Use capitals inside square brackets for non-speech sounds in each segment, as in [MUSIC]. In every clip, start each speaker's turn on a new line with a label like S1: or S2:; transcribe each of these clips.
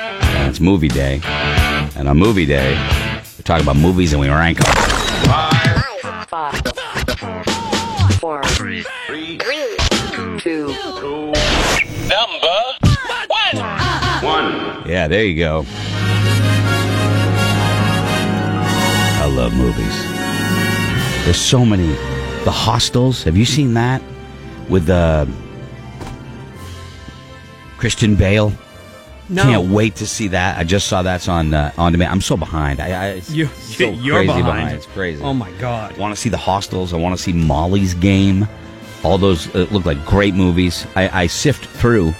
S1: and it's movie day. And on movie day, we talk about movies and we rank them.
S2: Five, four, three, two,
S1: Yeah, there you go. I love movies. There's so many. The Hostels. Have you seen that with uh, Christian Bale?
S3: No.
S1: Can't wait to see that. I just saw that's on uh, on demand. I'm so behind. I, I it's
S3: You,
S1: so
S3: you're
S1: crazy
S3: behind.
S1: It's crazy.
S3: Oh my god.
S1: I want to see the hostels. I want to see Molly's game. All those uh, look like great movies. I, I sift through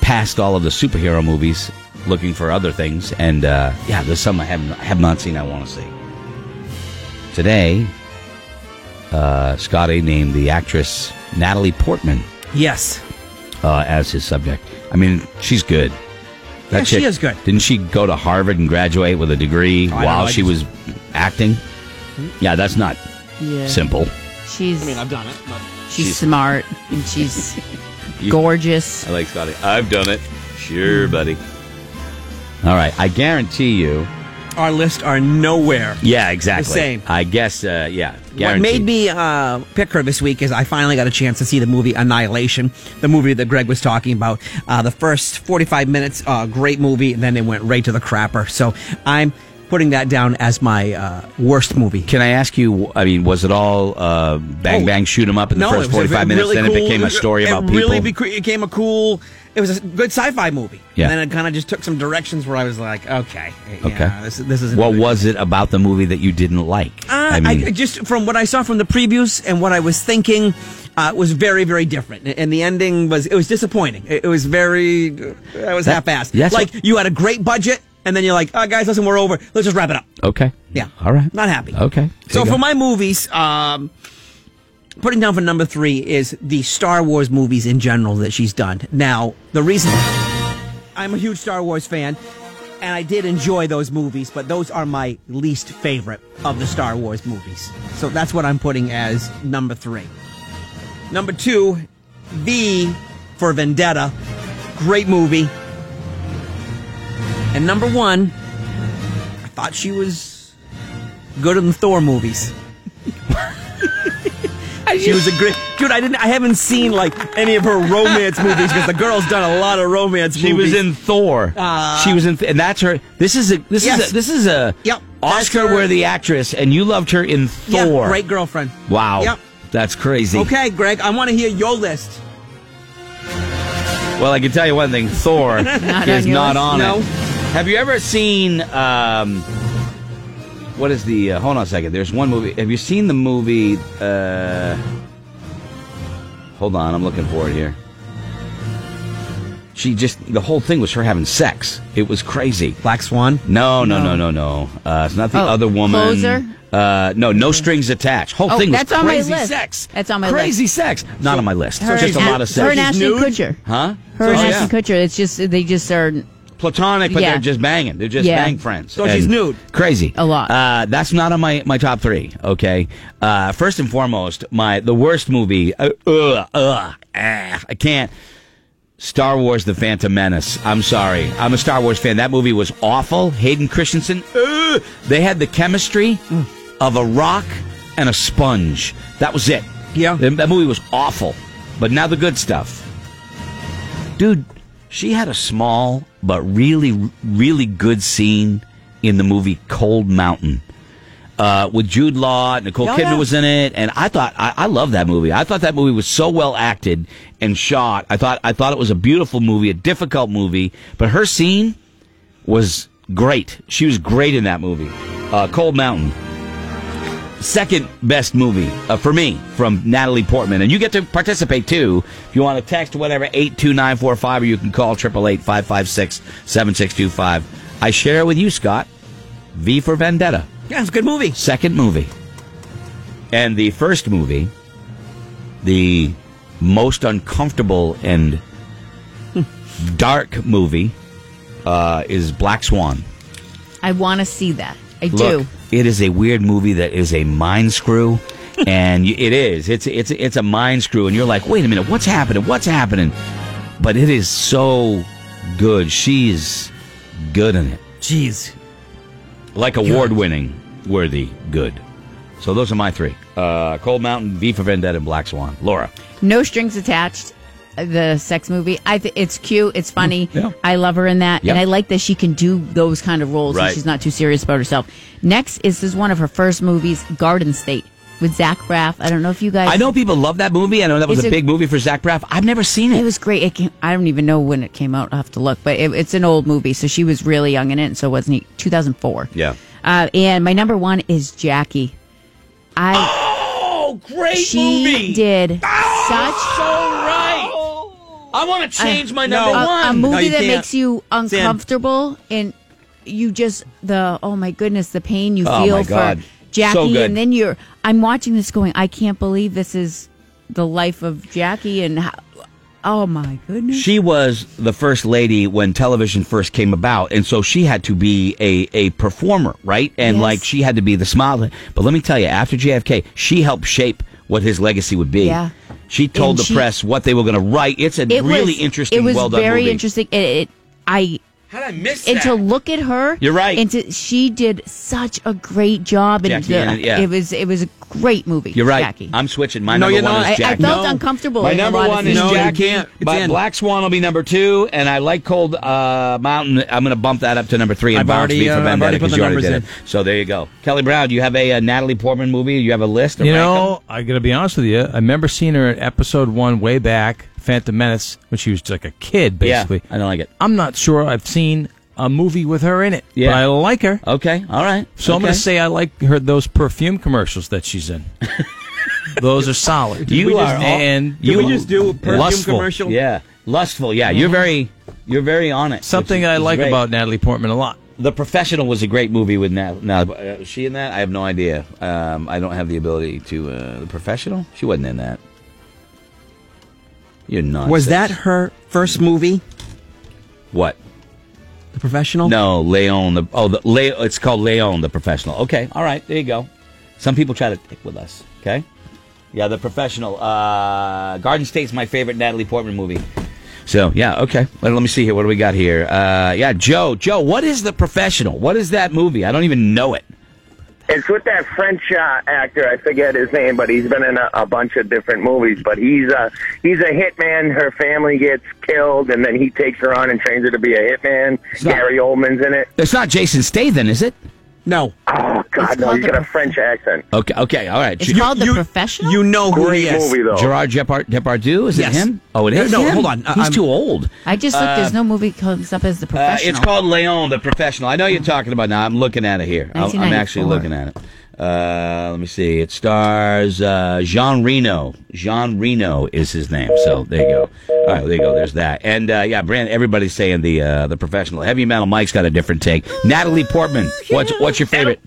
S1: past all of the superhero movies, looking for other things, and uh, yeah, there's some I haven't have not seen. I want to see today. Uh, Scotty named the actress Natalie Portman
S3: Yes.
S1: uh, as his subject. I mean, she's good. That
S3: Yeah, she is good.
S1: Didn't she go to Harvard and graduate with a degree
S3: I know,
S1: while
S3: I
S1: she
S3: just-
S1: was acting? Yeah, that's not
S4: Yeah.
S1: simple.
S4: She's
S3: I've done it. But
S4: she's
S1: she's-
S4: smart and [LAUGHS] she's
S1: You-
S4: gorgeous.
S1: I like Scotty. I've done it. Sure, buddy. Hmm. All right. I guarantee you.
S3: our list are nowhere.
S1: Yeah, exactly.
S3: The same.
S1: I guess, uh, yeah.
S3: What
S1: Guaranteed.
S3: made me uh, pick her this week is I finally got a chance to see the movie Annihilation, the movie that Greg was talking about. Uh, the first 45 minutes, uh, great movie, and then they went right to the crapper. So I'm putting that down as my uh, worst movie.
S1: Can I ask you, I mean, was it all uh, bang,
S3: Oh.
S1: bang, shoot 'em up in the
S3: No,
S1: first
S3: it was a
S1: 45 minutes,
S3: really
S1: then it
S3: cool-
S1: became a story
S3: it
S1: about
S3: really
S1: people?
S3: bec- became a cool. It was a good sci-fi movie.
S1: Yeah.
S3: And then it kind of just took some directions where I was like, okay, yeah,
S1: okay.
S3: this, this isn't
S1: what
S3: really-
S1: was it about the movie that you didn't like?
S3: Uh, I, I just from what I saw from the previews and what I was thinking, uh, it was very, very different. And the ending was it was disappointing. It, it was very, I was
S1: That-
S3: half-assed.
S1: that's
S3: like
S1: what-
S3: you had a great budget, and then you're like, oh, guys, listen, we're over. Let's just wrap it up.
S1: okay.
S3: Yeah.
S1: All right.
S3: Not happy.
S1: Okay. There
S3: So
S1: you
S3: for
S1: go.
S3: my movies, um, putting down for number three is the Star Wars movies in general that she's done. Now, the reason I'm a huge Star Wars fan, and I did enjoy those movies, but those are my least favorite of the Star Wars movies. So that's what I'm putting as number three. Number two, V for Vendetta. Great movie. And number one, I thought she was good in the Thor movies.
S1: [LAUGHS]
S3: she was a great dude. I didn't. I haven't seen like any of her romance movies because the girl's done a lot of romance.
S1: She
S3: movies. Uh,
S1: was in Thor. she was in, and that's her. This is a this
S3: Yes.
S1: is a, this is a
S3: Yep, that's her.
S1: Oscar-worthy actress, and you loved her in
S3: yeah,
S1: Thor.
S3: great girlfriend.
S1: Wow.
S3: Yep.
S1: That's crazy.
S3: Okay, Greg, I want to hear your list.
S1: Well, I can tell you one thing. Thor is
S4: on your
S1: not
S4: list?
S1: on
S3: No.
S1: it. Have you ever seen? Um, what is the? Uh, hold on a second. There's one movie. Have you seen the movie? Uh, hold on, I'm looking for it here. She just the whole thing was her having sex. It was crazy.
S3: Black Swan.
S1: No, no, no, no, no. Uh, it's not the
S4: Oh,
S1: other woman.
S4: Closer?
S1: Uh, no, no strings attached. Whole
S4: Oh,
S1: thing
S4: that's
S1: was
S4: on my
S1: crazy
S4: list.
S1: sex.
S4: That's on my
S1: crazy sex. Not on my list.
S4: Her
S1: just a
S4: and-
S1: lot of
S4: Her
S1: sex.
S4: and
S3: She's
S4: Ashton
S3: nude?
S4: Kutcher.
S1: huh?
S4: Her and
S1: Oh, yeah.
S4: Ashton Kutcher. It's just they just are.
S1: platonic, but
S4: Yeah.
S1: they're just banging. They're just
S4: Yeah.
S1: bang friends.
S3: So she's nude.
S1: Crazy.
S4: A lot.
S1: Uh, that's not on my, my top three. Okay. Uh, first and foremost, my the worst movie. Uh, uh, uh, ah, I can't. Star Wars: The Phantom Menace. I'm sorry. I'm a Star Wars fan. That movie was awful. Hayden Christensen. Uh, they had the chemistry of a rock and a sponge. That was it.
S3: Yeah.
S1: That that movie was awful. But now the good stuff dude she had a small but really really good scene in the movie cold mountain uh, with jude law nicole
S3: Oh,
S1: kidman
S3: yeah.
S1: was in it and i thought I, I love that movie i thought that movie was so well acted and shot i thought i thought it was a beautiful movie a difficult movie but her scene was great she was great in that movie uh, cold mountain second best movie uh, for me from Natalie Portman. And you get to participate too. If you want to text whatever, 82945, or you can call 888 556 7625. I share it with you, Scott. V for Vendetta,
S3: Yeah, it's a good movie.
S1: second movie. And the first movie, the most uncomfortable and dark movie, uh, is Black Swan.
S4: I want to see that. I
S1: Look,
S4: do.
S1: it is a weird movie that is a mind
S4: [LAUGHS]
S1: screw, and y- it is. It's it's it's a mind screw, and you're like, wait a minute, what's happening? What's happening? But it is so good. She's good in it,
S3: Jeez.
S1: like award-winning, worthy, good. So those are my three: uh, Cold Mountain, V for Vendetta, and Black Swan. Laura,
S4: No strings attached. uh, The sex movie. I th- it's cute. It's funny.
S1: Mm. Yeah.
S4: I love her in that,
S1: Yep.
S4: and I like that she can do those kind of roles.
S1: Right.
S4: And she's not too serious about herself. Next is this is one of her first movies, Garden State, with Zach Braff. I don't know if you guys.
S1: I know people love that movie. I know that was
S4: It's
S1: a,
S4: a-
S1: big movie for Zach Braff. I've never seen
S4: It
S1: it.
S4: was great. It came, I don't even know when it came out. I will have to look, but it, it's an old movie, so she was really young in it, and so wasn't he? 2004.
S1: Yeah.
S4: Uh, and my number one is Jackie.
S1: [GASPS]
S4: I
S1: oh, great
S4: she did such
S1: Oh! right. I want to change my
S3: No.
S1: number
S3: number
S1: one.
S4: a, a
S3: No,
S4: movie
S3: you
S4: that
S3: can't.
S4: makes you uncomfortable and you just the oh my goodness the pain you
S1: Oh,
S4: feel
S1: my God.
S4: for Jackie
S1: So good.
S4: and then you're I'm watching this going I can't believe this is the life of Jackie and how, oh my goodness
S1: She was the first lady when television first came about, and so she had to be a, a performer, right? And
S4: Yes.
S1: like she had to be the smile. But let me tell you, after JFK, she helped shape what his legacy would be.
S4: Yeah.
S1: She told
S4: And
S1: the
S4: she-
S1: press what they were going to write. It's a really interesting,
S4: it was
S1: well done
S4: very
S1: movie.
S4: interesting it, it I
S1: How did I miss
S4: and
S1: that?
S4: to look at her
S1: You're right.
S4: and to, she did such a great job and
S1: Jackie
S4: the-
S1: in it, yeah.
S4: it was it was a great movie
S1: You're right.
S4: Jackie.
S1: I'm switching. My
S3: No,
S1: number
S3: you're
S1: one
S3: not.
S1: is
S4: I, I
S1: Jackie.
S4: felt
S3: No.
S4: uncomfortable.
S1: My
S4: in a
S1: number
S4: lot of
S1: one
S4: these
S1: is
S3: No, you
S1: Jackie.
S3: can't. It's
S1: But
S3: in.
S1: Black Swan will be number two, and I like Cold uh, Mountain. I'm going to bump that up to number three. And
S3: I've
S1: Bounce
S3: already,
S1: Me for
S3: uh, I've
S1: Vendetta
S3: already put
S1: 'cause
S3: the
S1: you already
S3: numbers
S1: did it. So there you go. Kelly Brown, do you have a uh, Natalie Portman movie? You have a list? or
S5: You
S1: rank
S5: know, I gotta be honest with you. I remember seeing her in episode one way back, Phantom Menace, when she was like a kid,
S1: them?
S5: basically.
S1: Yeah, I don't like it.
S5: I'm not sure I've seen a movie with her in it,
S1: Yeah.
S5: but I like her.
S1: Okay, all right.
S5: So I'm
S1: Okay.
S5: gonna say I like her those perfume commercials that she's
S1: [LAUGHS]
S5: in. those are solid.
S1: you
S3: we
S1: are
S3: just-
S1: all-
S5: and
S3: Did
S1: you
S3: we just do a perfume
S5: lustful.
S3: commercial?
S1: yeah, lustful. Yeah, you're very, you're very on it.
S5: something
S1: which
S5: I
S1: is
S5: like
S1: great.
S5: about Natalie Portman a lot.
S1: The Professional was a great movie with Nat. Now, uh, was she in that? I have no idea. Um, I don't have the ability to. Uh, the Professional? She wasn't in that. You're not.
S3: Was that her first movie,
S1: what?
S3: The Professional?
S1: No, Leon. The oh, the Le, it's called Leon, the Professional. Okay, all right, there you go. Some people try to pick with us. Okay, yeah, the Professional. Uh, Garden State's my favorite Natalie Portman movie. So yeah, okay. Let, let me see here. What do we got here? Uh, yeah, Joe. Joe, what is the Professional? What is that movie? I don't even know it.
S6: It's with that French uh, actor. I forget his name, but he's been in a, a bunch of different movies. But he's a he's a hitman. Her family gets killed, and then he takes her on and trains her to be a hitman.
S1: not-
S6: Gary Oldman's in it.
S1: It's not Jason Statham, is it?
S3: No.
S6: Oh God,
S4: It's
S6: no!
S4: called
S6: He's
S4: The
S6: got a
S4: Prof-
S6: French accent.
S1: Okay, okay, all right.
S4: It's
S1: Ge-
S4: called Oh, The Professional.
S3: You know who
S6: Great
S3: he is.
S6: movie though.
S1: Gerard Depard- Depardieu, is
S3: Yes.
S1: it him? Oh, it
S3: No,
S1: is.
S3: no,
S1: him?
S3: hold on. I-
S1: He's
S3: I'm-
S1: too old.
S4: I just looked. there's no movie comes up as the
S1: Uh,
S4: professional.
S1: it's called Leon, the professional. I know you're talking about now. I'm looking at it here. I'm- I'm actually
S4: 1994.
S1: looking at it. Uh, let me see. It stars uh, Jean Reno. Jean Reno is his name. So there you go. All right, there you go. There's that. And uh, yeah, Brand. Everybody's saying the uh, the professional. Heavy metal. Mike's got a different take. Natalie Portman. What's what's your favorite?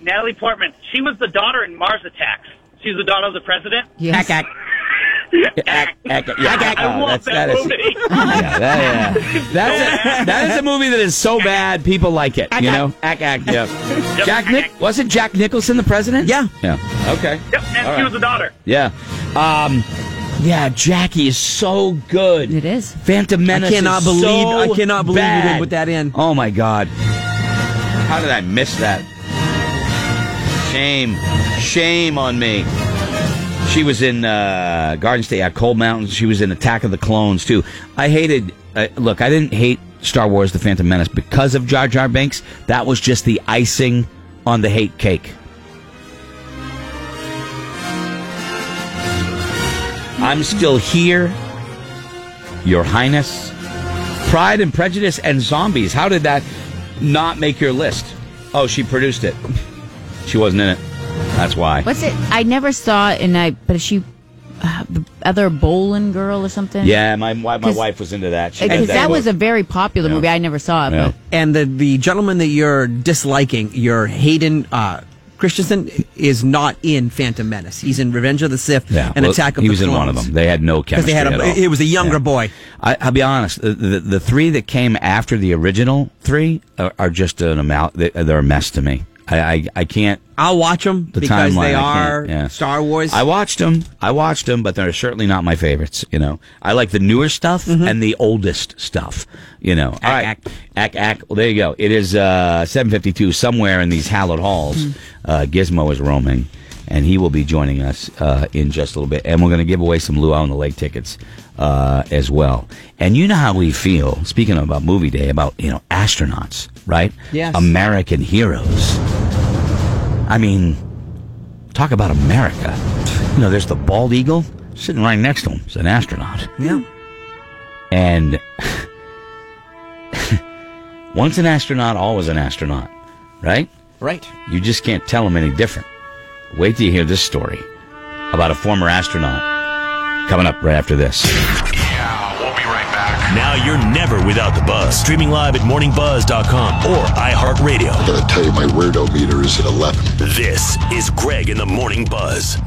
S7: Natalie Portman. She was the daughter in Mars Attacks. She's the daughter of the president.
S4: Yes.
S3: Ack, ack.
S1: Act- act- yeah.
S7: I
S1: Oh, that's-
S7: love that,
S1: that is-
S7: movie.
S1: [LAUGHS] yeah, that, yeah. That's a, that is a movie that is so bad people like it. You know, act, act, yeah. Jack Nic- wasn't Jack Nicholson the president?
S3: Yeah.
S1: yeah. Okay. All
S7: yep, and she
S1: right.
S7: was the daughter.
S1: Yeah. Um, yeah, Jackie is so good.
S4: It is.
S1: Phantom Menace.
S3: I cannot
S1: is
S3: believe-
S1: so
S3: I cannot believe you didn't
S1: bad.
S3: put that in.
S1: Oh my god. How did I miss that? Shame. Shame on me. She was in uh, Garden State, at Cold Mountains. She was in Attack of the Clones too. I hated. Uh, look, I didn't hate Star Wars: The Phantom Menace because of Jar Jar Binks. That was just the icing on the hate cake. I'm still here, Your Highness. Pride and Prejudice and Zombies. How did that not make your list? Oh, she produced it. She wasn't in it. That's why.
S4: What's it? I never saw it, and I but she, uh, the other Bolin girl or something.
S1: Yeah, my my, my
S4: 'Cause-
S1: wife was into that. She
S4: Uh, 'cause
S1: read
S4: that, was a
S1: book.
S4: very popular
S1: Yeah.
S4: movie. I never saw it.
S1: Yeah.
S4: But
S3: And the, the gentleman that you're disliking, your Hayden uh, Christensen, is not in Phantom Menace. He's in Revenge of the Sith
S1: Yeah,
S3: and
S1: well,
S3: Attack of
S1: he
S3: the
S1: was in one of them. They had no
S3: Because
S1: chemistry
S3: they had a,
S1: at all.
S3: it was a younger
S1: Yeah.
S3: boy.
S1: I, I'll be honest. The, the the three that came after the original three are, are just an amal- they- They're a mess to me. I I, I can't.
S3: I'll watch them
S1: The
S3: because
S1: timeline,
S3: they
S1: I can't,
S3: are
S1: yeah.
S3: Star Wars.
S1: I watched them. I watched them, but they're certainly not my favorites. You know, I like the newer stuff and the oldest stuff. You know, all right,
S3: Mm-hmm. ack.
S1: ack, ack. Well, there you go. It is uh, seven fifty-two somewhere in these hallowed
S3: Hmm.
S1: halls. Uh, Gizmo is roaming, and he will be joining us uh, in just a little bit. And we're going to give away some Luau on the Lake tickets uh, as well. And you know how we feel. Speaking about movie day, about you know astronauts, right?
S3: Yes.
S1: American heroes. I mean, talk about America. You know, there's the bald eagle sitting right next to him. It's an astronaut.
S3: yeah.
S1: And [LAUGHS] once an astronaut, always an astronaut, right?
S3: Right.
S1: You just can't tell them any different. Wait till you hear this story about a former astronaut coming up right after this.
S8: Yeah, we'll be right back.
S9: Now you're never without the buzz. Streaming live at morningbuzz.com or iHeartRadio.
S10: I gotta tell you, my weirdo meter is at 11.
S9: This is Greg in the Morning Buzz.